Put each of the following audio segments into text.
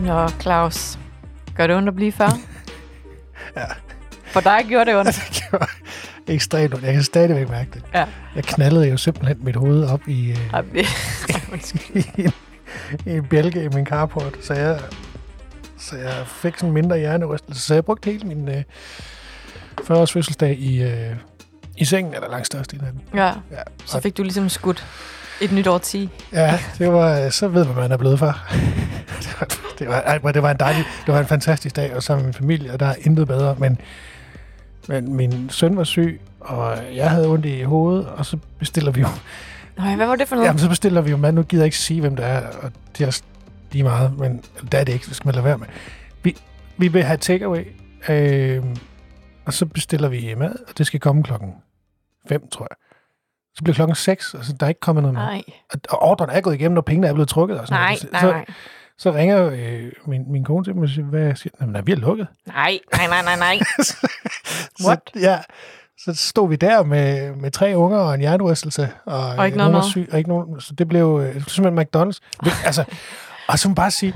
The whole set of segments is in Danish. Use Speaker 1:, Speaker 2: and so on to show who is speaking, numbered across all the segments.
Speaker 1: Nå, Claus. Gør det ondt at blive far?
Speaker 2: Ja.
Speaker 1: For dig gjorde det ondt.
Speaker 2: Det gjorde ekstremt ondt. Jeg kan stadigvæk mærke det.
Speaker 1: Ja.
Speaker 2: Jeg knaldede jo simpelthen mit hoved op i, øh,
Speaker 1: Ej, det- Ej, undskyld.
Speaker 2: i, en, i en bjælke i min carport, så jeg, så jeg fik sådan en mindre hjernerystelse. Så jeg brugte hele min øh, 40-års fødselsdag i, øh, i sengen, eller langt størst i den.
Speaker 1: ja,
Speaker 2: Ja,
Speaker 1: så
Speaker 2: og,
Speaker 1: fik du ligesom skudt et nyt årti.
Speaker 2: ja, det var, øh, så ved man, hvad man er blevet far. det, var, det, var, ej, men det var en dejlig, det var en fantastisk dag, og sammen med min familie, og der er intet bedre, men, men min søn var syg, og jeg havde ondt i hovedet, og så bestiller vi jo
Speaker 1: Nej, hvad var det for noget?
Speaker 2: Jamen, så bestiller vi jo mad. Nu gider jeg ikke sige, hvem der er, og det er også lige meget, men det er det ikke, så skal man lade være med. Vi, vi vil have takeaway, øh, og så bestiller vi mad, og det skal komme klokken 5, tror jeg. Så bliver klokken 6, og så der er ikke kommet noget mad.
Speaker 1: Nej,
Speaker 2: Og, og ordren er gået igennem, og pengene er blevet trukket. Og sådan
Speaker 1: nej,
Speaker 2: noget. Så,
Speaker 1: nej,
Speaker 2: så,
Speaker 1: nej.
Speaker 2: så ringer øh, min, min kone til mig og siger, hvad siger den? Jamen, nej, vi er lukket.
Speaker 1: Nej, nej, nej, nej, nej. What?
Speaker 2: Så, ja, så stod vi der med, med tre unger og en hjernerystelse, og,
Speaker 1: Og ikke noget
Speaker 2: nogen var
Speaker 1: mad. Ah.
Speaker 2: syg, og ikke nogen, så det blev øh, simpelthen McDonald's. Vi, altså, og så må man bare sige,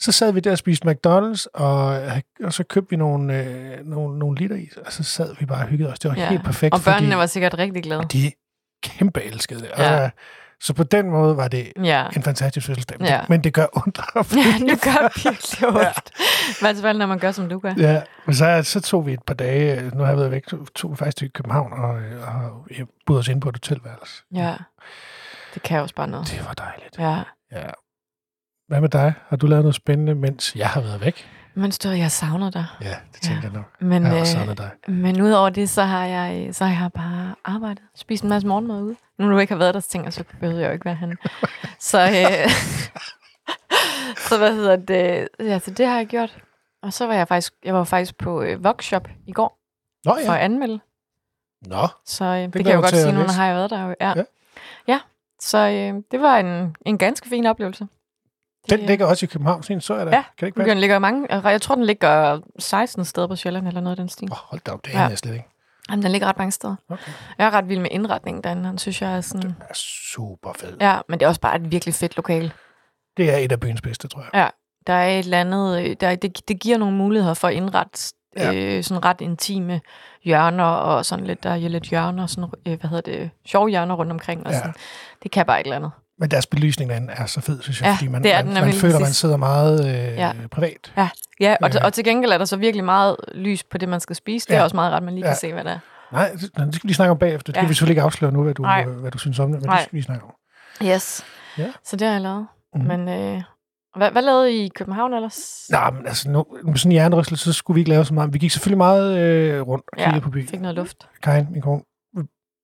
Speaker 2: så sad vi der og spiste McDonald's, og, og så købte vi nogle, øh, nogle, nogle liter is, og så sad vi bare og hyggede os. Det var
Speaker 1: Ja.
Speaker 2: ja. helt perfekt,
Speaker 1: Og børnene
Speaker 2: fordi
Speaker 1: var sikkert rigtig glade.
Speaker 2: de kæmpe elskede det.
Speaker 1: Ja.
Speaker 2: Og, så på den måde var det
Speaker 1: Ja.
Speaker 2: en fantastisk fødselsdag, men,
Speaker 1: Ja.
Speaker 2: det, men det gør ondt at
Speaker 1: Ja, nu gør det virkelig ondt. I hvert fald, når man gør, som du gør.
Speaker 2: Ja, men så, så tog vi et par dage, øh, nu har jeg været væk, så tog vi faktisk til København og, øh, og jeg bodde os ind på et hotelværelse.
Speaker 1: Ja. Det kan også bare noget.
Speaker 2: Det var dejligt.
Speaker 1: Ja.
Speaker 2: Ja. Hvad med dig? Har du lavet noget spændende, mens jeg har været væk?
Speaker 1: Men stod jeg savner dig.
Speaker 2: Ja, det tænker jeg nok.
Speaker 1: Men,
Speaker 2: Jeg har også
Speaker 1: øh,
Speaker 2: savnet dig.
Speaker 1: Men udover det, så har jeg, så har jeg bare arbejdet. Spist en masse morgenmad ude. Nu når du ikke har været der, så tænker jeg, så behøver jeg jo ikke være han. Så, øh, så hvad hedder det? Ja, så det har jeg gjort. Og så var jeg faktisk, jeg var faktisk på øh, Voxshop i går
Speaker 2: Nå
Speaker 1: for at
Speaker 2: ja,
Speaker 1: anmelde.
Speaker 2: Nå.
Speaker 1: Så øh, det, det kan
Speaker 2: glæder
Speaker 1: jeg jo
Speaker 2: mig
Speaker 1: godt
Speaker 2: til at
Speaker 1: sige, nu når
Speaker 2: læse.
Speaker 1: har jeg været der. jo. Ja.
Speaker 2: Ja.
Speaker 1: ja. ja. Så øh, det var en, en ganske fin oplevelse.
Speaker 2: den
Speaker 1: øh,
Speaker 2: ligger også i København, sådan en så jeg da.
Speaker 1: Ja,
Speaker 2: kan det ikke være?
Speaker 1: Den ligger mange, og jeg tror, den ligger 16 steder på Sjælland eller noget af den stil.
Speaker 2: Oh, hold da op, det
Speaker 1: Ja.
Speaker 2: er ja. jeg slet ikke.
Speaker 1: Jamen, den ligger ret mange steder.
Speaker 2: Okay.
Speaker 1: Jeg er ret vild med indretningen derinde, den synes jeg er sådan...
Speaker 2: Det er super fedt. Ja.
Speaker 1: Ja, men det er også bare et virkelig fedt lokale.
Speaker 2: Det er et af byens bedste, tror jeg.
Speaker 1: Der er et eller andet... øh, Der, det, det giver nogle muligheder for at indrette
Speaker 2: Ja.
Speaker 1: ja. øh, sådan ret intime hjørner, og sådan lidt, der er lidt hjørner, sådan, øh, hvad hedder det, sjove hjørner rundt omkring. Og
Speaker 2: Ja.
Speaker 1: sådan. Det kan bare et eller andet.
Speaker 2: Men deres belysning derinde er så fed, synes jeg,
Speaker 1: Ja,
Speaker 2: fordi man,
Speaker 1: det er den
Speaker 2: man, man
Speaker 1: nemlig lige
Speaker 2: føler, man
Speaker 1: præcis.
Speaker 2: sidder meget øh,
Speaker 1: Ja.
Speaker 2: ja. privat.
Speaker 1: Ja, og,
Speaker 2: Øh.
Speaker 1: og til gengæld er der så virkelig meget lys på det, man skal spise. Det er
Speaker 2: Ja.
Speaker 1: også meget ret, man lige
Speaker 2: Ja.
Speaker 1: kan se, hvad det er.
Speaker 2: Nej, det det skal vi lige snakke om bagefter. Det skal
Speaker 1: Ja.
Speaker 2: vi selvfølgelig ikke afsløre nu, hvad du,
Speaker 1: Nej.
Speaker 2: hvad du synes om det, men
Speaker 1: Nej.
Speaker 2: det skal vi snakke om.
Speaker 1: Yes.
Speaker 2: Ja.
Speaker 1: Så det har jeg lavet.
Speaker 2: Mhm.
Speaker 1: Mm-hmm. Men øh, hvad, hvad lavede I i København ellers?
Speaker 2: Nej, men altså, nu, med sådan en hjernerystelse, så skulle vi ikke lave så meget. Vi gik selvfølgelig meget øh, rundt og
Speaker 1: Ja,
Speaker 2: kiggede på byen.
Speaker 1: Fik noget luft.
Speaker 2: Karin, min kone,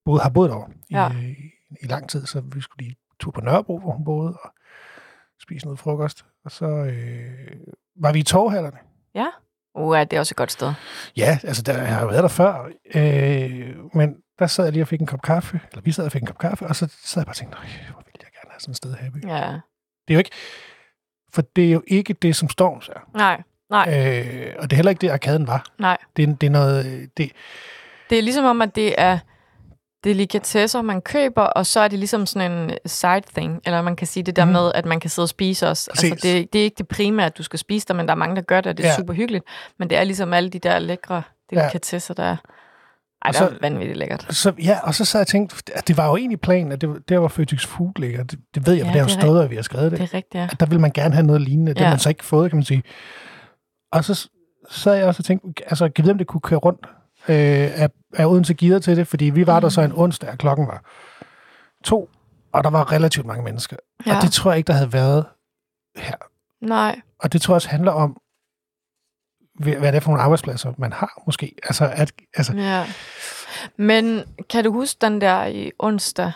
Speaker 2: boede, har boet derovre i,
Speaker 1: Ja.
Speaker 2: ja. i, i lang tid, så vi skulle lige tur på Nørrebro, hvor hun boede, og spise noget frokost. Og så øh, var vi i torvhallerne.
Speaker 1: Uh, ja, det er også et godt sted.
Speaker 2: Ja, altså, der, jeg har jo været der før, øh, men der sad jeg lige og fik en kop kaffe, eller vi sad og fik en kop kaffe, og så sad jeg bare og tænkte, "Øj, hvor vil jeg gerne have sådan et sted her i byen.
Speaker 1: Ja.
Speaker 2: Det er jo ikke, for det er jo ikke det, som Storms er.
Speaker 1: Nej,
Speaker 2: Øh, og det er heller ikke det, arkaden var.
Speaker 1: nej.
Speaker 2: Det, er- det er noget... øh, Det,
Speaker 1: Det er ligesom om, at det er delikatesser, man køber, og så er det ligesom sådan en side thing, eller man kan sige det der
Speaker 2: Mhm.
Speaker 1: med, at man kan sidde og spise også.
Speaker 2: Præcis.
Speaker 1: Altså, det, det er ikke det primære, at du skal spise der, men der er mange, der gør det, og det er
Speaker 2: Ja.
Speaker 1: super hyggeligt. Men det er ligesom alle de der lækre
Speaker 2: Ja.
Speaker 1: delikatesser, der er. Ej,
Speaker 2: Og
Speaker 1: det er
Speaker 2: så-
Speaker 1: vanvittigt lækkert.
Speaker 2: så, ja, og så sad jeg og tænkte, at det var jo egentlig planen, at det, der var Føtex Food ligger. Det, det ved jeg,
Speaker 1: Ja,
Speaker 2: for det har
Speaker 1: det
Speaker 2: jo
Speaker 1: er
Speaker 2: stået, at vi har skrevet det.
Speaker 1: Det er rigtigt, ja.
Speaker 2: At Der ville man gerne have noget lignende. Det
Speaker 1: Ja.
Speaker 2: har man så ikke fået, kan man sige. Og så s- sad jeg også og tænkte, altså, kan vi vide, om det kunne køre rundt? Øh, er, er Odense gider til det? Fordi vi var der så
Speaker 1: Mm.
Speaker 2: en onsdag, og klokken var to, og der var relativt mange mennesker. Ja.
Speaker 1: ja.
Speaker 2: Og det tror jeg ikke, der havde været her.
Speaker 1: Nej,
Speaker 2: Og det tror jeg også handler om, hvad hvad det er for nogle arbejdspladser, man har måske. Altså, at, altså
Speaker 1: ja. Men kan du huske den der i onsdag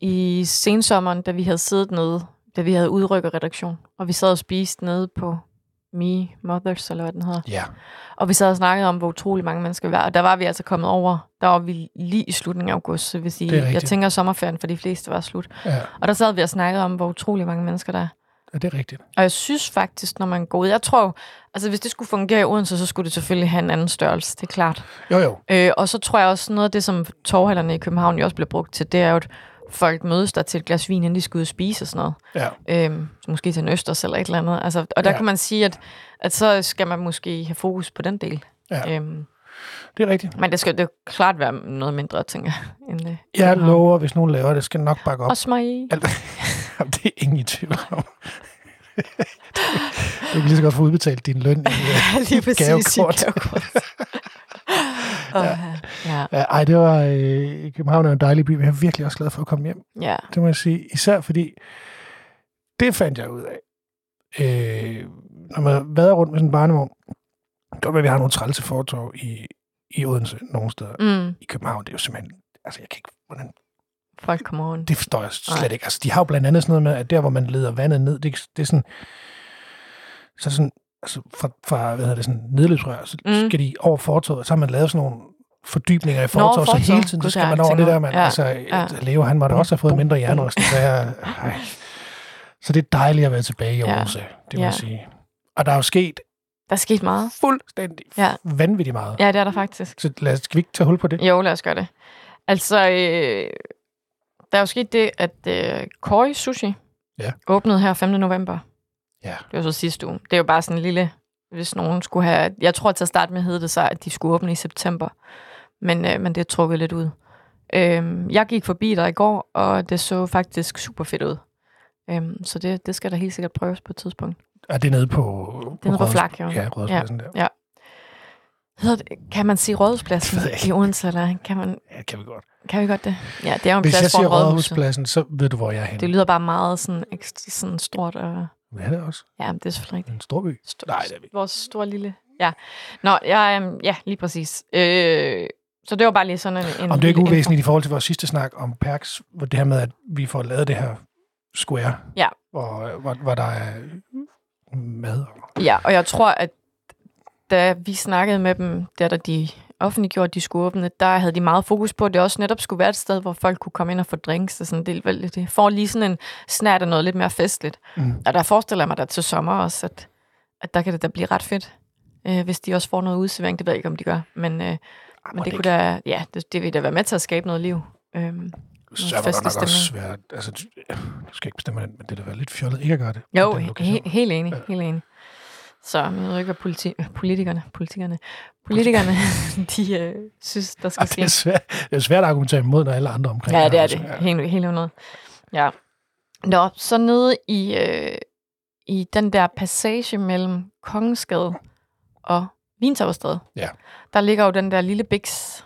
Speaker 1: i sensommeren, da vi havde siddet nede, da vi havde udrykkerredaktion, og vi sad og spiste nede på Me Mothers, eller hvad den hedder.
Speaker 2: ja.
Speaker 1: Og vi sad og snakkede om, hvor utrolig mange mennesker vi var. Og der var vi altså kommet over. Der var vi lige i slutningen af august, så vil
Speaker 2: Det er
Speaker 1: sige,
Speaker 2: rigtigt.
Speaker 1: jeg tænker sommerferien, for de fleste var slut.
Speaker 2: ja,
Speaker 1: Og der sad vi og snakkede om, hvor utrolig mange mennesker der er.
Speaker 2: ja, det er rigtigt.
Speaker 1: Og jeg synes faktisk, når man går ud, jeg tror, altså hvis det skulle fungere i Odense, så skulle det selvfølgelig have en anden størrelse, det er klart.
Speaker 2: Jo, jo.
Speaker 1: Øh, og så tror jeg også, noget af det, som torvhallerne i København jo også bliver brugt til, det er jo et folk mødes der til et glas vin, inden de skal ud og spise og sådan noget.
Speaker 2: Ja.
Speaker 1: Øhm, så måske til en østers eller et eller andet. Altså, og der
Speaker 2: Ja.
Speaker 1: ja. kan man sige, at, at så skal man måske have fokus på den del.
Speaker 2: Ja.
Speaker 1: Øhm,
Speaker 2: Det er rigtigt.
Speaker 1: men det skal det skal klart være noget mindre, tænker jeg. End, øh,
Speaker 2: Jeg
Speaker 1: København.
Speaker 2: lover, hvis nogen laver det, skal jeg nok bakke op.
Speaker 1: Også mig.
Speaker 2: Alt, Jamen, det er ingen i tvivl om. du kan lige så godt få udbetalt din løn. i, øh,
Speaker 1: Ja, lige præcis.
Speaker 2: Gavekort.
Speaker 1: Gavekort. Gavekort. og, ja.
Speaker 2: Ja, ej, det var... Øh, København er jo en dejlig by, men jeg er virkelig også glad for at komme hjem.
Speaker 1: ja,
Speaker 2: Det må jeg sige. Især fordi, det fandt jeg ud af. Øh, når man vader rundt med sådan en barnevogn, det kan godt være, at vi har nogle trælse fortov i, i Odense, nogle steder.
Speaker 1: mm,
Speaker 2: I København, det er jo simpelthen... Altså, jeg kan ikke... Hvordan,
Speaker 1: folk kommer rundt.
Speaker 2: det forstår jeg slet
Speaker 1: Nej.
Speaker 2: ikke. Altså, de har jo blandt andet sådan noget med, at der, hvor man leder vandet ned, det, det er sådan... Så sådan... Altså, fra, fra hvad hedder det, sådan nedløbsrør, så mm.
Speaker 1: Mm.
Speaker 2: skal de over fortovet, og så har man lavet sådan nogle fordybninger i fortovet, så
Speaker 1: fortovet.
Speaker 2: hele tiden, så
Speaker 1: Gud,
Speaker 2: skal
Speaker 1: det har
Speaker 2: man
Speaker 1: jeg
Speaker 2: over
Speaker 1: ikke
Speaker 2: det der,
Speaker 1: tænkt
Speaker 2: man,
Speaker 1: over.
Speaker 2: ja. altså, ja.
Speaker 1: ja.
Speaker 2: Leo, han måtte også have fået mindre hjernerøst, så jeg, ej. Så det er dejligt at være tilbage i
Speaker 1: Ja.
Speaker 2: Aarhus, øh, det må
Speaker 1: Ja.
Speaker 2: jeg sige. Og der er jo sket
Speaker 1: Der er sket meget.
Speaker 2: fuldstændig ja.
Speaker 1: Ja.
Speaker 2: vanvittigt meget. Ja.
Speaker 1: Ja, det er der faktisk.
Speaker 2: Så lad os, skal vi ikke tage hul på det?
Speaker 1: Jo, lad os gøre det. Altså, øh, der er jo sket det, at øh, Koi Sushi
Speaker 2: Ja.
Speaker 1: åbnede her 5. november.
Speaker 2: Ja.
Speaker 1: Det var så sidste uge. Det er jo bare sådan en lille, hvis nogen skulle have... Jeg tror til at starte med hed det så, at de skulle åbne i september. Men, øh, men det er trukket lidt ud. Øhm, jeg gik forbi der i går, og det så faktisk super fedt ud. Øhm, så det, det skal der helt sikkert prøves på et tidspunkt.
Speaker 2: Er det nede på... på
Speaker 1: Den
Speaker 2: Rådhus-
Speaker 1: flak, jo.
Speaker 2: Ja, Rådhuspladsen ja. der.
Speaker 1: Hedder det, kan man sige Rådhuspladsen
Speaker 2: Det ved jeg ikke.
Speaker 1: i Odense, eller kan, man,
Speaker 2: Ja, det kan vi godt.
Speaker 1: kan vi godt det? Ja, det er jo en
Speaker 2: Hvis jeg
Speaker 1: plads
Speaker 2: siger
Speaker 1: foran rådhuset.
Speaker 2: Rådhuspladsen, så ved du, hvor jeg er henne.
Speaker 1: Det lyder bare meget sådan, ekstra, sådan stort og...
Speaker 2: Men det er også
Speaker 1: Ja, men det er selvfølgelig rigtigt.
Speaker 2: en stor by.
Speaker 1: St-
Speaker 2: Nej, det er vi
Speaker 1: Vores store lille... Ja, Nå, ja, øhm, ja lige præcis. Øh, så det var bare lige sådan en... en
Speaker 2: Om det er ikke
Speaker 1: lille
Speaker 2: uvæsentligt i forhold til vores sidste snak om Perks, hvor det her med, at vi får lavet det her square,
Speaker 1: Ja.
Speaker 2: hvor, hvor, hvor der er mad. og-
Speaker 1: info. Ja, og jeg tror, at da vi snakkede med dem, der da de offentliggjorde, at de skulle åbne, der havde de meget fokus på, at det også netop skulle være et sted, hvor folk kunne komme ind og få drinks og sådan det, vel, det får lige sådan en snært af noget lidt mere festligt.
Speaker 2: Mm.
Speaker 1: Og der forestiller jeg mig da til sommer også, at, at der kan det da blive ret fedt, øh, hvis de også får noget udservering. Det ved jeg ikke, om de gør, men... Øh,
Speaker 2: Ej,
Speaker 1: Men
Speaker 2: hvor
Speaker 1: det,
Speaker 2: er
Speaker 1: kunne da, ja, det, det ville da være med til at skabe noget liv. Øhm,
Speaker 2: ikke- Så er det godt nok
Speaker 1: festestemning.
Speaker 2: også svært. Altså, du skal ikke bestemme, hvordan, men det er da være lidt fjollet ikke at gøre det. på
Speaker 1: jo,
Speaker 2: den
Speaker 1: he,
Speaker 2: lokation.
Speaker 1: he- helt enig,
Speaker 2: Ja.
Speaker 1: ja. helt enig. Så men jeg ved ikke, hvad politi- politikerne, politikerne, politikerne, de øh, synes, der
Speaker 2: Ej,
Speaker 1: skal
Speaker 2: det,
Speaker 1: ske.
Speaker 2: er svært, det er svært at argumentere imod, når alle andre omkring.
Speaker 1: Ja,
Speaker 2: dig
Speaker 1: det er
Speaker 2: også
Speaker 1: det. Helt, helt under. Ja. Nå, så nede i, øh, i den der passage mellem Kongensgade og Vintoversted,
Speaker 2: Ja.
Speaker 1: der ligger jo den der lille biks,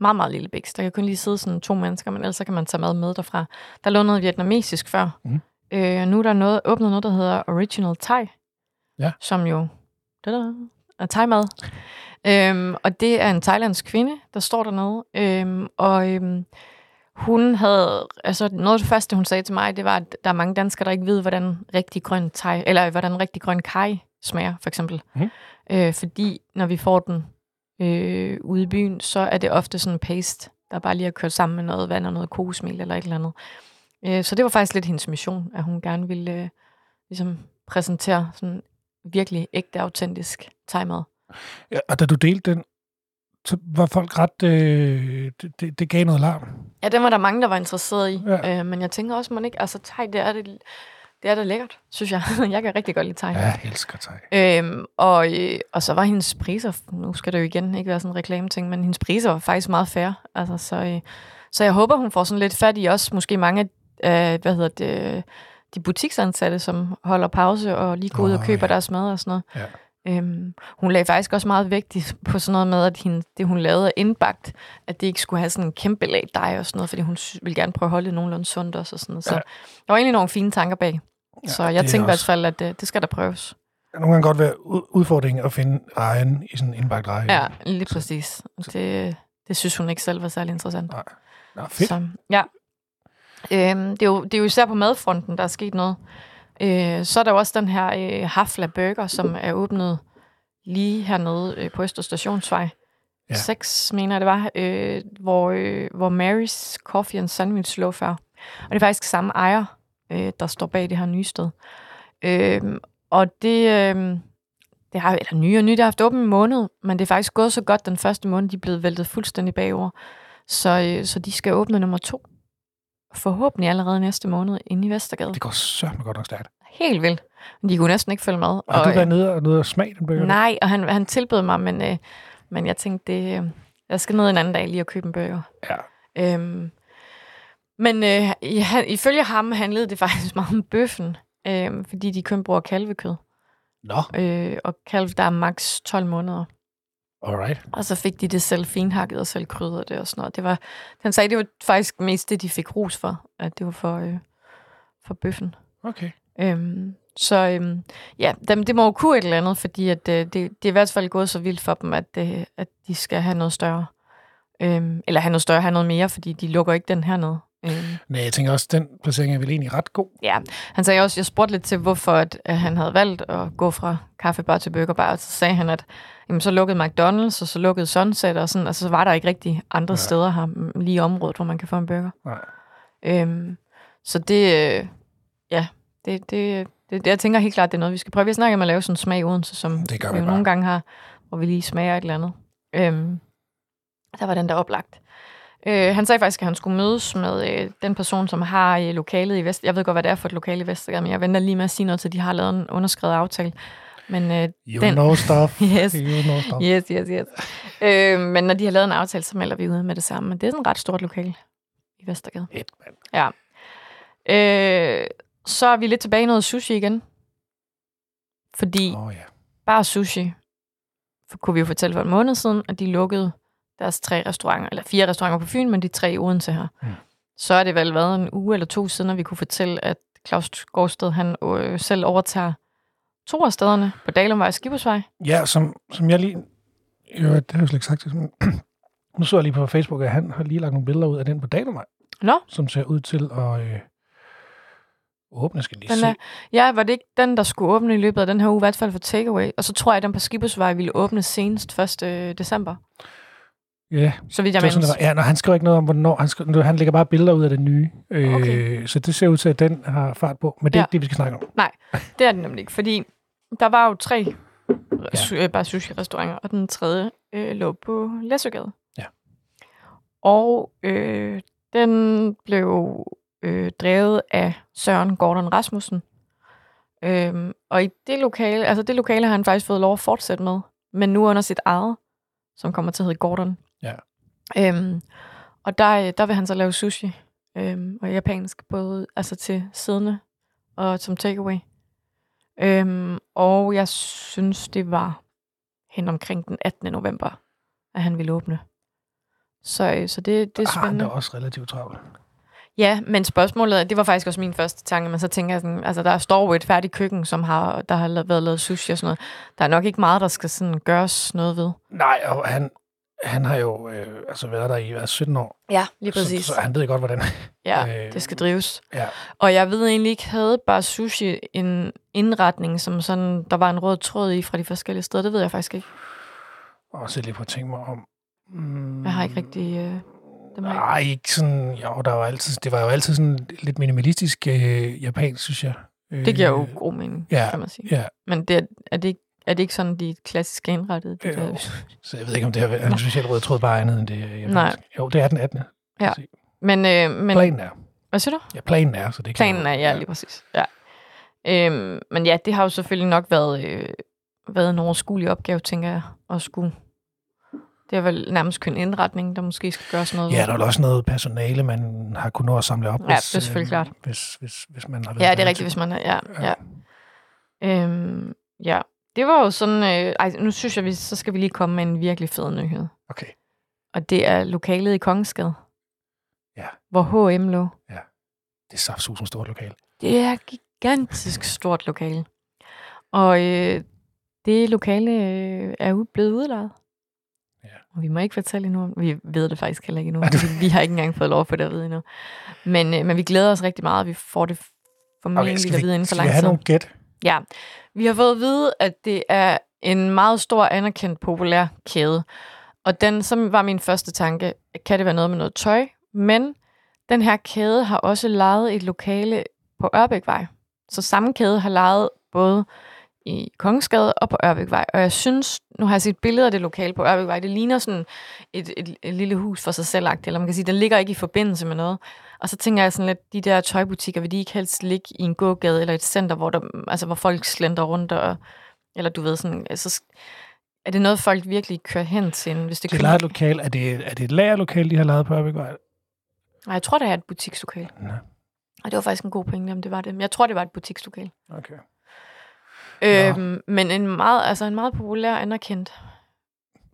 Speaker 1: meget, meget lille biks. Der kan kun lige sidde sådan to mennesker, men ellers så kan man tage mad med derfra. Der lå noget vietnamesisk før.
Speaker 2: Mhm.
Speaker 1: Øh, nu er der noget, åbnet noget, der hedder Original Thai,
Speaker 2: Ja.
Speaker 1: som jo det der, er thai-mad. Øhm, og det er en thailandsk kvinde, der står dernede. Øhm, og øhm, hun havde, altså noget af det første, hun sagde til mig, det var, at der er mange danskere, der ikke ved, hvordan rigtig grøn thai, eller hvordan rigtig grøn kaj smager, for eksempel.
Speaker 2: Mhm.
Speaker 1: Øh, fordi når vi får den øh, ude i byen, så er det ofte sådan en paste, der bare lige er kørt sammen med noget vand og noget kokosmel eller et eller andet. Øh, så det var faktisk lidt hendes mission, at hun gerne ville øh, ligesom præsentere sådan virkelig ægte, autentisk thai-mad.
Speaker 2: Ja, og da du delte den, så var folk ret... Øh, det, det, det gav noget larm.
Speaker 1: Ja, den var der mange, der var interesseret i.
Speaker 2: Ja.
Speaker 1: Ja. Øh, men jeg tænker også, man ikke... Altså, thai, det er det, det er det lækkert, synes jeg. jeg kan rigtig godt lide thai.
Speaker 2: Ja, jeg elsker dig.
Speaker 1: Øhm, og, øh, og så var hendes priser, nu skal det jo igen ikke være sådan en reklameting, men hendes priser var faktisk meget fair. Altså, så, øh, så jeg håber, hun får sådan lidt fat i også måske mange af øh, hvad hedder det, øh, de butiksansatte, som holder pause og lige går ud og
Speaker 2: Åh,
Speaker 1: køber
Speaker 2: ja.
Speaker 1: deres mad og sådan noget. Ja. Øhm, hun lagde faktisk også meget vægt i- på sådan noget med, at hende, det hun lavede er indbagt, at det ikke skulle have sådan en kæmpe lag dej og sådan noget, fordi hun sy- ville gerne prøve at holde det nogenlunde sundt også og sådan noget. Så
Speaker 2: Ja.
Speaker 1: ja. der var egentlig nogle fine tanker bag.
Speaker 2: Ja,
Speaker 1: Så
Speaker 2: det er
Speaker 1: jeg tænkte i hvert
Speaker 2: også-
Speaker 1: fald, at øh, det skal der prøves.
Speaker 2: kan nogle gange godt være u- udfordringen at finde rejen i sådan en indbagt reje.
Speaker 1: Ja, lige præcis. Det, det synes hun ikke selv var særlig interessant.
Speaker 2: Nej. Nå, fedt.
Speaker 1: Så, ja. Øhm, det, er jo, det er jo især på madfronten, der er sket noget. Øh, så er der jo også den her øh, Hafla Burger, som er åbnet lige hernede øh, på Øster Stationsvej.
Speaker 2: Ja.
Speaker 1: Ja. 6, mener jeg det var, øh, hvor, øh, hvor Mary's Coffee and Sandwich lå før. Og det er faktisk samme ejer, øh, der står bag det her nye sted. Øh, og det, øh, det har eller nye og nye, det har haft åbent en måned, men det er faktisk gået så godt den første måned, de er blevet væltet fuldstændig bagover. Så, øh, så de skal åbne nummer to forhåbentlig allerede næste måned inde i Vestergade.
Speaker 2: Det går sørme godt nok stærkt.
Speaker 1: Helt vildt. De kunne næsten ikke følge med.
Speaker 2: Har du
Speaker 1: øh,
Speaker 2: været nede og, nede og smage den burger?
Speaker 1: Nej, og han, han tilbød mig, men, øh, men jeg tænkte, det, øh, jeg skal ned en anden dag lige og købe en burger.
Speaker 2: Ja.
Speaker 1: Øhm, men øh, i- han, ifølge ham handlede det faktisk meget om bøffen, øh, fordi de kun bruger kalvekød.
Speaker 2: Nå,
Speaker 1: Øh, og kalv, der er maks 12 måneder.
Speaker 2: alright.
Speaker 1: Og så fik de det selv finhakket og selv krydret det og sådan noget. Det var, han sagde, det var faktisk mest det, de fik ros for, at det var for, øh, for bøffen.
Speaker 2: Okay.
Speaker 1: Øhm, så øhm, ja, dem, det må jo kunne et eller andet, fordi at, øh, det, det er i hvert fald gået så vildt for dem, at, øh, at de skal have noget større. Øhm, eller have noget større, have noget mere, fordi de lukker ikke den her ned. Øhm,
Speaker 2: Nej, jeg tænker også, den placering er vel egentlig ret god.
Speaker 1: ja, han sagde også, jeg spurgte lidt til, hvorfor at, at han havde valgt at gå fra kaffebar til burgerbar, og så sagde han, at jamen, så lukkede McDonald's, og så lukkede Sunset, og, sådan, og så var der ikke rigtig andre
Speaker 2: Nej.
Speaker 1: ja. steder her, m, lige i området, hvor man kan få en burger.
Speaker 2: Nej.
Speaker 1: Øhm, så det, øh, ja, det, det, det, det, jeg tænker helt klart, det er noget, vi skal prøve. Vi snakker om at lave sådan en smag i Odense, som
Speaker 2: Det gør
Speaker 1: vi
Speaker 2: vi
Speaker 1: nogle
Speaker 2: bare.
Speaker 1: gange har, hvor vi lige smager et eller andet. Øhm, der var den der oplagt. Øh, han sagde faktisk, at han skulle mødes med øh, den person, som har øh, lokalet i Vest. Jeg ved godt, hvad det er for et lokale i Vestergade, men jeg venter lige med at sige noget til, de har lavet en underskrevet aftale. Men øh,
Speaker 2: You
Speaker 1: Den-
Speaker 2: know stuff.
Speaker 1: yes,
Speaker 2: You know stuff.
Speaker 1: yes, yes, yes. Øh, men når de har lavet en aftale, så melder vi ud med det samme. Men det er sådan et ret stort lokale i Vestergade.
Speaker 2: Fedt, mand.
Speaker 1: Øh, så er vi lidt tilbage i noget sushi igen. Fordi
Speaker 2: Åh, oh, ja.
Speaker 1: bare sushi, for, kunne vi jo fortælle for en måned siden, at de lukkede deres tre restauranter, eller fire restauranter på Fyn, men de tre i Odense her.
Speaker 2: Mm.
Speaker 1: Mm. Så er det vel været en uge eller to siden, at vi kunne fortælle, at Claus Gårdsted, han øh, selv overtager to af stederne på Dalumvej og Skibusvej.
Speaker 2: Ja, som, som jeg lige... Jo, det har jeg slet ikke sagt til. Men nu så jeg lige på Facebook, at han har lige lagt nogle billeder ud af den på Dalemej.
Speaker 1: Nå.
Speaker 2: Som ser ud til at øh, åbne, skal jeg lige
Speaker 1: Den
Speaker 2: se.
Speaker 1: er, ja, var det ikke den, der skulle åbne i løbet af den her uge, i hvert fald for takeaway? Og så tror jeg, at den på Skibusvej ville åbne senest 1. december,
Speaker 2: Ja,
Speaker 1: så vidt jeg
Speaker 2: det
Speaker 1: mindes.
Speaker 2: var sådan, det var. Ja, når han skriver ikke noget om, hvornår. Han, skriver, han lægger bare billeder ud af det nye. Øh,
Speaker 1: Okay.
Speaker 2: Så det ser ud til, at den har fart på. Men det er
Speaker 1: Ja.
Speaker 2: ikke det, vi skal snakke om.
Speaker 1: Det er det nemlig ikke, fordi der var jo tre su- øh, bare sushi-restauranter, og den tredje øh, lå på Læsøgade.
Speaker 2: Ja.
Speaker 1: Og øh, den blev øh, drevet af Søren Gordon Rasmussen. Øhm, og i det lokale, altså det lokale har han faktisk fået lov at fortsætte med, men nu under sit eget, som kommer til at hedde Gordon.
Speaker 2: Ja.
Speaker 1: Øhm, og der, øh, der vil han så lave sushi, øhm, og japansk, både altså til siddende og som takeaway. Øhm, og jeg synes, det var hen omkring den 18. november, at han ville åbne. Så, øh, så det, det er
Speaker 2: Ah, han
Speaker 1: spændende.
Speaker 2: er også relativt travlt.
Speaker 1: Ja, men spørgsmålet, er- det var faktisk også min første tanke, men så tænker jeg sådan, altså der står jo et færdigt køkken, som har, der har la- været lavet sushi og sådan noget. Der er nok ikke meget, der skal sådan gøres noget ved.
Speaker 2: Nej, og han, han har jo øh, altså været der i hvad, 17 år.
Speaker 1: Ja, lige
Speaker 2: Så, så han ved godt, hvordan...
Speaker 1: Ja,
Speaker 2: øh,
Speaker 1: det skal drives.
Speaker 2: ja.
Speaker 1: Og jeg ved egentlig ikke, havde bare sushi en indretning, som sådan, der var en rød tråd i fra de forskellige steder, det ved jeg faktisk ikke.
Speaker 2: Og så lige på at tænke mig om... Mm,
Speaker 1: Jeg har ikke rigtig... Øh, dem har jeg ikke.
Speaker 2: Nej, ikke sådan... Jo, der var altid, det var jo altid sådan lidt minimalistisk øh, japansk, synes jeg. Øh,
Speaker 1: Det giver jo god mening,
Speaker 2: ja,
Speaker 1: kan man sige.
Speaker 2: ja.
Speaker 1: Men det, er- er, det ikke, er det ikke sådan, de klassisk er indrettet? De
Speaker 2: Jo.
Speaker 1: der,
Speaker 2: Så jeg ved ikke, om det har været en
Speaker 1: Nå.
Speaker 2: speciel rød tråd bare andet end det øh, japansk.
Speaker 1: Nej.
Speaker 2: Jo, det er den 18.
Speaker 1: Ja, men, øh, men...
Speaker 2: Planen er.
Speaker 1: Hvad siger du?
Speaker 2: Ja, planen er, så det kan
Speaker 1: Planen
Speaker 2: jo-
Speaker 1: er, ja, lige præcis. Ja. Øhm, men ja, det har jo selvfølgelig nok været, øh, været en overskuelig opgave, tænker jeg, at skulle. Det er vel nærmest kun indretning, der måske skal gøres noget.
Speaker 2: Ja,
Speaker 1: ved.
Speaker 2: der er vel også noget personale, man har kunnet nå at samle op.
Speaker 1: Ja, det er selvfølgelig
Speaker 2: øh,
Speaker 1: klart.
Speaker 2: Hvis, hvis, hvis man har været
Speaker 1: ja det
Speaker 2: kreativ.
Speaker 1: er rigtigt, hvis man er. Ja,
Speaker 2: Ja.
Speaker 1: ja. ja. Øhm, ja. Det var jo sådan... Øh, ej, nu synes jeg, vi, så skal vi lige komme med en virkelig fed nyhed.
Speaker 2: Okay.
Speaker 1: Og det er lokalet i Kongensgade.
Speaker 2: Ja.
Speaker 1: Hvor H&M lå.
Speaker 2: Det er saftsusen stort lokal.
Speaker 1: Det er et gigantisk stort lokale. Og øh, det lokale øh, er jo blevet udlejet.
Speaker 2: Ja.
Speaker 1: Og vi må ikke fortælle endnu om Vi ved det faktisk heller ikke endnu. Vi, vi har ikke engang fået lov for det at vide endnu. Men, øh, men vi glæder os rigtig meget, og vi får det formentlig okay, at vide inden for
Speaker 2: skal
Speaker 1: lang
Speaker 2: vi
Speaker 1: tid.
Speaker 2: have nogle gæt?
Speaker 1: Ja, vi har fået at vide, at det er en meget stor, anerkendt, populær kæde. Og den, som var min første tanke, kan det være noget med noget tøj? Men den her kæde har også lejet et lokale på Ørbækvej. Så samme kæde har lejet både i Kongensgade og på Ørbækvej. Og jeg synes, nu har jeg set billeder af det lokale på Ørbækvej, det ligner sådan et, et, et lille hus for sig selv eller man kan sige, den ligger ikke i forbindelse med noget. Og så tænker jeg sådan lidt, de der tøjbutikker, vil de ikke helst ligge i en gågade eller et center, hvor, der, altså, hvor folk slender rundt, og, eller du ved sådan, altså, sk- er det noget, folk virkelig kører hen til, hvis det,
Speaker 2: Det er lejet lokal. Er det, er det et lagerlokal, de har lejet på Ørbækvej?
Speaker 1: Nej, jeg tror, det er et butikslokale.
Speaker 2: Nå.
Speaker 1: Og det var faktisk en god pointe, om det var det. Men jeg tror, det var et butikslokale.
Speaker 2: Okay.
Speaker 1: Øhm, men en meget, altså en meget populær, anerkendt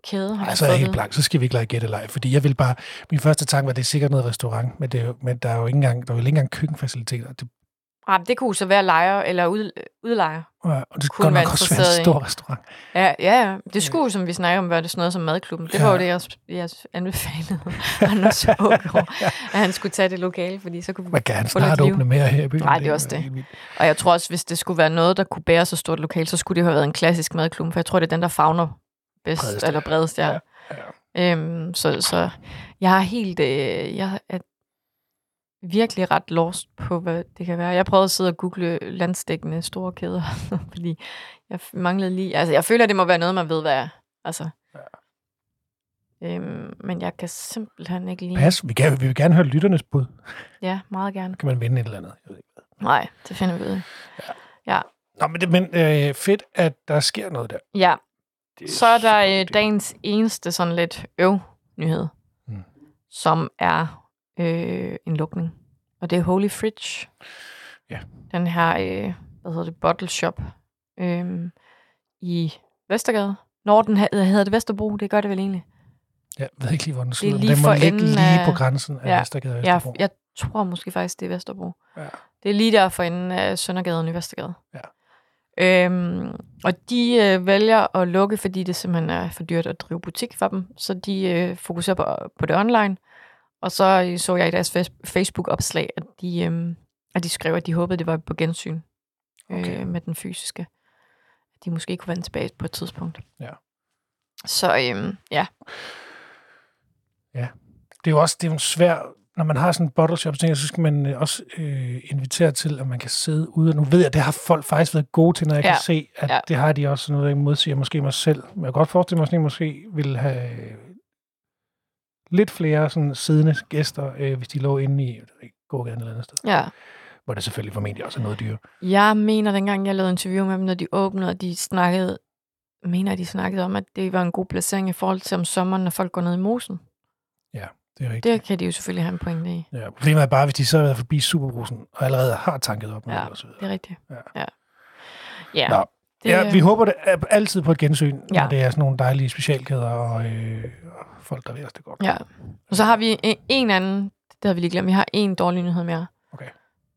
Speaker 1: kæde. Har vi
Speaker 2: Altså
Speaker 1: fået
Speaker 2: jeg er
Speaker 1: at
Speaker 2: helt
Speaker 1: vide.
Speaker 2: blank, så skal vi ikke lege gætte leg, fordi jeg vil bare, min første tanke var, at det er sikkert noget restaurant, men, det, er jo- men der er jo ikke engang, der er jo ikke engang køkkenfaciliteter. Det,
Speaker 1: Ah, men det kunne så være lejer eller ud, udlejer.
Speaker 2: og det
Speaker 1: Kunne
Speaker 2: kunne godt
Speaker 1: være
Speaker 2: nok også være
Speaker 1: interesseret i.
Speaker 2: en stor restaurant.
Speaker 1: Ja, ja, ja. Det skulle, som vi snakker om, være det sådan noget som madklubben. Det var
Speaker 2: Ja.
Speaker 1: jo det, jeg, jeg anbefalede Anders Hågaard, at han skulle tage det lokale, fordi så kunne vi...
Speaker 2: Man kan han
Speaker 1: Få lidt
Speaker 2: snart
Speaker 1: liv.
Speaker 2: åbne mere her i byen.
Speaker 1: Nej, det er også
Speaker 2: jo
Speaker 1: det.
Speaker 2: helt vildt.
Speaker 1: Og jeg tror også, hvis det skulle være noget, der kunne bære så stort lokale, så skulle det jo have været en klassisk madklub, for jeg tror, det er den, der fagner bedst,
Speaker 2: Bredest.
Speaker 1: bredest. eller bredest, ja.
Speaker 2: Ja,
Speaker 1: ja, ja. Øhm, så, så jeg har helt, øh, jeg er virkelig ret lost på, hvad det kan være. Jeg prøvede at sidde og google landstækkende store kæder, fordi jeg f- manglede lige, altså jeg føler, det må være noget, man ved, hvad er. Altså. Ja. Øhm, men jeg kan simpelthen ikke lige...
Speaker 2: Pas, vi, kan, vi vil gerne høre lytternes bud.
Speaker 1: Ja, meget gerne.
Speaker 2: Kan man vinde et eller andet? Jeg ved ikke.
Speaker 1: Nej, det finder vi ud af.
Speaker 2: Nå, men, det, men øh, fedt, at der sker noget der.
Speaker 1: Ja,
Speaker 2: Det
Speaker 1: Så er der øh,
Speaker 2: super-
Speaker 1: dagens eneste sådan lidt øv-nyhed,
Speaker 2: Mm.
Speaker 1: mm. som er øh, en lukning. Og det er Holy Fridge.
Speaker 2: Ja.
Speaker 1: Den her, øh, hvad hedder det, bottle shop øh, i Vestergade. Norden he- hedder det Vesterbro, det gør det vel egentlig.
Speaker 2: Jeg ved ikke lige, hvor den
Speaker 1: er
Speaker 2: slutter. men
Speaker 1: lige
Speaker 2: Den må
Speaker 1: for
Speaker 2: ligge
Speaker 1: enden
Speaker 2: lige
Speaker 1: af-
Speaker 2: på grænsen af
Speaker 1: Ja,
Speaker 2: Vestergade og
Speaker 1: Jeg,
Speaker 2: Østerbro.
Speaker 1: jeg tror måske faktisk, det er Vesterbro.
Speaker 2: Ja.
Speaker 1: Det er lige der for enden af Søndergaden i Vestergade.
Speaker 2: Ja.
Speaker 1: Øhm, og de øh, vælger at lukke, fordi det simpelthen er for dyrt at drive butik for dem. Så de øh, fokuserer på, på det online. Og så øh, så jeg i deres fes- Facebook-opslag, at de, øh, at de skrev, at de håbede, det var på gensyn øh,
Speaker 2: Okay.
Speaker 1: med den fysiske. At de måske kunne vende tilbage på et tidspunkt.
Speaker 2: Ja.
Speaker 1: Så øh, ja,
Speaker 2: det er jo også det er jo en svær... Når man har sådan en bottle shop, så, tænker jeg, så skal man øh, også øh, invitere til, at man kan sidde ude. Og nu ved jeg, det har folk faktisk været gode til, når jeg ja.
Speaker 1: Ja.
Speaker 2: kan se, at ja.
Speaker 1: Ja.
Speaker 2: det har de også sådan noget, jeg modsiger måske mig selv. Men jeg kan godt forestille mig, at jeg måske ville have øh, lidt flere sådan siddende gæster, øh, hvis de lå inde i gågaden eller andet sted.
Speaker 1: ja.
Speaker 2: Hvor det selvfølgelig formentlig også er noget dyre.
Speaker 1: Jeg mener, dengang jeg lavede interview med dem, når de åbnede, og de snakkede, mener de snakkede om, at det var en god placering i forhold til om sommeren, når folk går ned i mosen.
Speaker 2: Det er rigtigt.
Speaker 1: Det kan de jo selvfølgelig have en pointe i.
Speaker 2: Ja, problemet er bare, hvis de så har været forbi Superbrusen og allerede har tanket op med
Speaker 1: Ja,
Speaker 2: det og så videre.
Speaker 1: Det er rigtigt.
Speaker 2: Ja.
Speaker 1: Ja. ja.
Speaker 2: Nå,
Speaker 1: det,
Speaker 2: ja, vi håber det er altid på et gensyn, ja.
Speaker 1: Ja.
Speaker 2: når det er sådan nogle dejlige specialkæder og, øh, og folk, der ved os det godt.
Speaker 1: ja. Og så har vi en, en anden, det havde vi lige glemt, vi har en dårlig nyhed mere.
Speaker 2: Okay.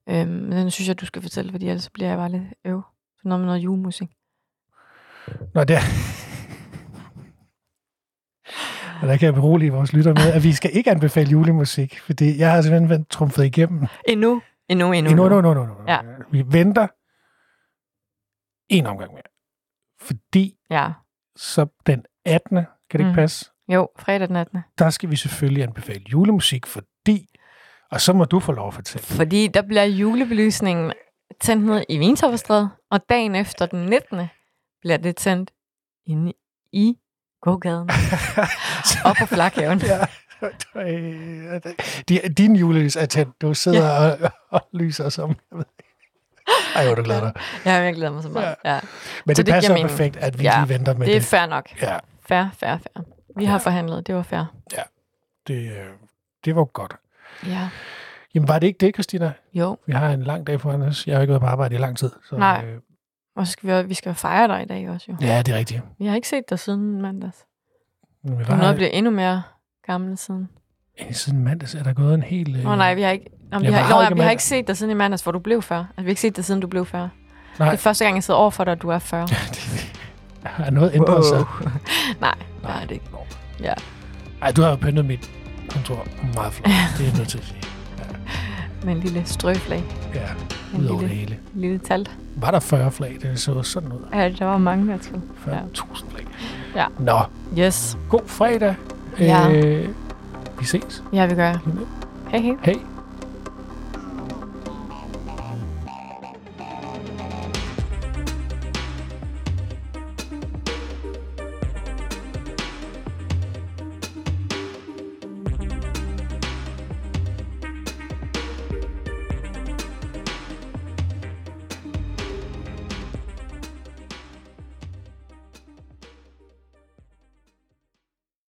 Speaker 1: Øhm, men den synes jeg, du skal fortælle, fordi ellers bliver jeg bare lidt øv. Så noget med noget julemusik.
Speaker 2: Nå, det er... Og der kan jeg berolige vores lytter med, at vi skal ikke anbefale julemusik, fordi jeg har simpelthen været trumfet igennem.
Speaker 1: Endnu, endnu, endnu.
Speaker 2: Endnu, endnu, endnu, endnu, endnu.
Speaker 1: Ja.
Speaker 2: Vi venter en omgang mere. Fordi
Speaker 1: Ja.
Speaker 2: så den 18. kan det ikke
Speaker 1: Mhm.
Speaker 2: passe?
Speaker 1: Jo, fredag den 18.
Speaker 2: Der skal vi selvfølgelig anbefale julemusik, fordi... Og så må du få lov at fortælle.
Speaker 1: Fordi der bliver julebelysningen tændt ned i Vintopperstræde, og dagen efter den 19. bliver det tændt inde i gågaden og på flakhaven.
Speaker 2: Ja. Øh, De, din julelys er tændt. Du sidder ja. og, og lyser som... Jeg ved ikke. Ej, hvor er du glad dig.
Speaker 1: Ja, jeg glæder mig så meget. Ja.
Speaker 2: Men
Speaker 1: Så
Speaker 2: det, det
Speaker 1: det
Speaker 2: passer
Speaker 1: giver mening.
Speaker 2: perfekt, at vi ja,
Speaker 1: Ja,
Speaker 2: lige venter med
Speaker 1: Det er
Speaker 2: det.
Speaker 1: fair nok.
Speaker 2: Ja,
Speaker 1: Fair, fair, fair. Vi har forhandlet, det var fair.
Speaker 2: det, øh, det var godt.
Speaker 1: Ja.
Speaker 2: Jamen, var det ikke det, Christina?
Speaker 1: Jo,
Speaker 2: Vi har en lang dag foran os. Jeg har ikke været på arbejde i lang tid. Så,
Speaker 1: Nej.
Speaker 2: Øh,
Speaker 1: og så skal vi, også- vi skal jo fejre dig i dag også jo.
Speaker 2: ja, det er rigtigt.
Speaker 1: Vi har ikke set dig siden mandags.
Speaker 2: Men vi
Speaker 1: Du er noget
Speaker 2: var,
Speaker 1: bliver endnu mere gammel siden.
Speaker 2: bliver... Siden mandags er der gået en hel... Øh,
Speaker 1: Nå nej, vi har ikke, Nå, vi
Speaker 2: Jeg
Speaker 1: har,
Speaker 2: var
Speaker 1: Nå,
Speaker 2: her
Speaker 1: ja,
Speaker 2: ikke
Speaker 1: vi har
Speaker 2: mandag.
Speaker 1: ikke set dig siden i mandags, hvor du blev 40. Altså, vi har ikke set dig siden du blev 40.
Speaker 2: nej.
Speaker 1: Det er første gang, jeg sidder over for dig, at du er 40.
Speaker 2: har noget ændret sig?
Speaker 1: nej, nej, det er det ikke. Ja.
Speaker 2: Ej, du har jo pyntet mit kontor meget flot. Det er jeg nødt til at sige.
Speaker 1: Med en lille strøflag.
Speaker 2: Ja,
Speaker 1: En
Speaker 2: ud over det
Speaker 1: lille,
Speaker 2: hele.
Speaker 1: lille tal.
Speaker 2: Var der 40 flag? Det så sådan ud.
Speaker 1: Ja, der var mange, jeg tror.
Speaker 2: 40.000 flag.
Speaker 1: Ja.
Speaker 2: Nå,
Speaker 1: Yes.
Speaker 2: god fredag.
Speaker 1: Ja.
Speaker 2: Øh, vi ses.
Speaker 1: Ja, vi gør. Hej, hej.
Speaker 2: Hej.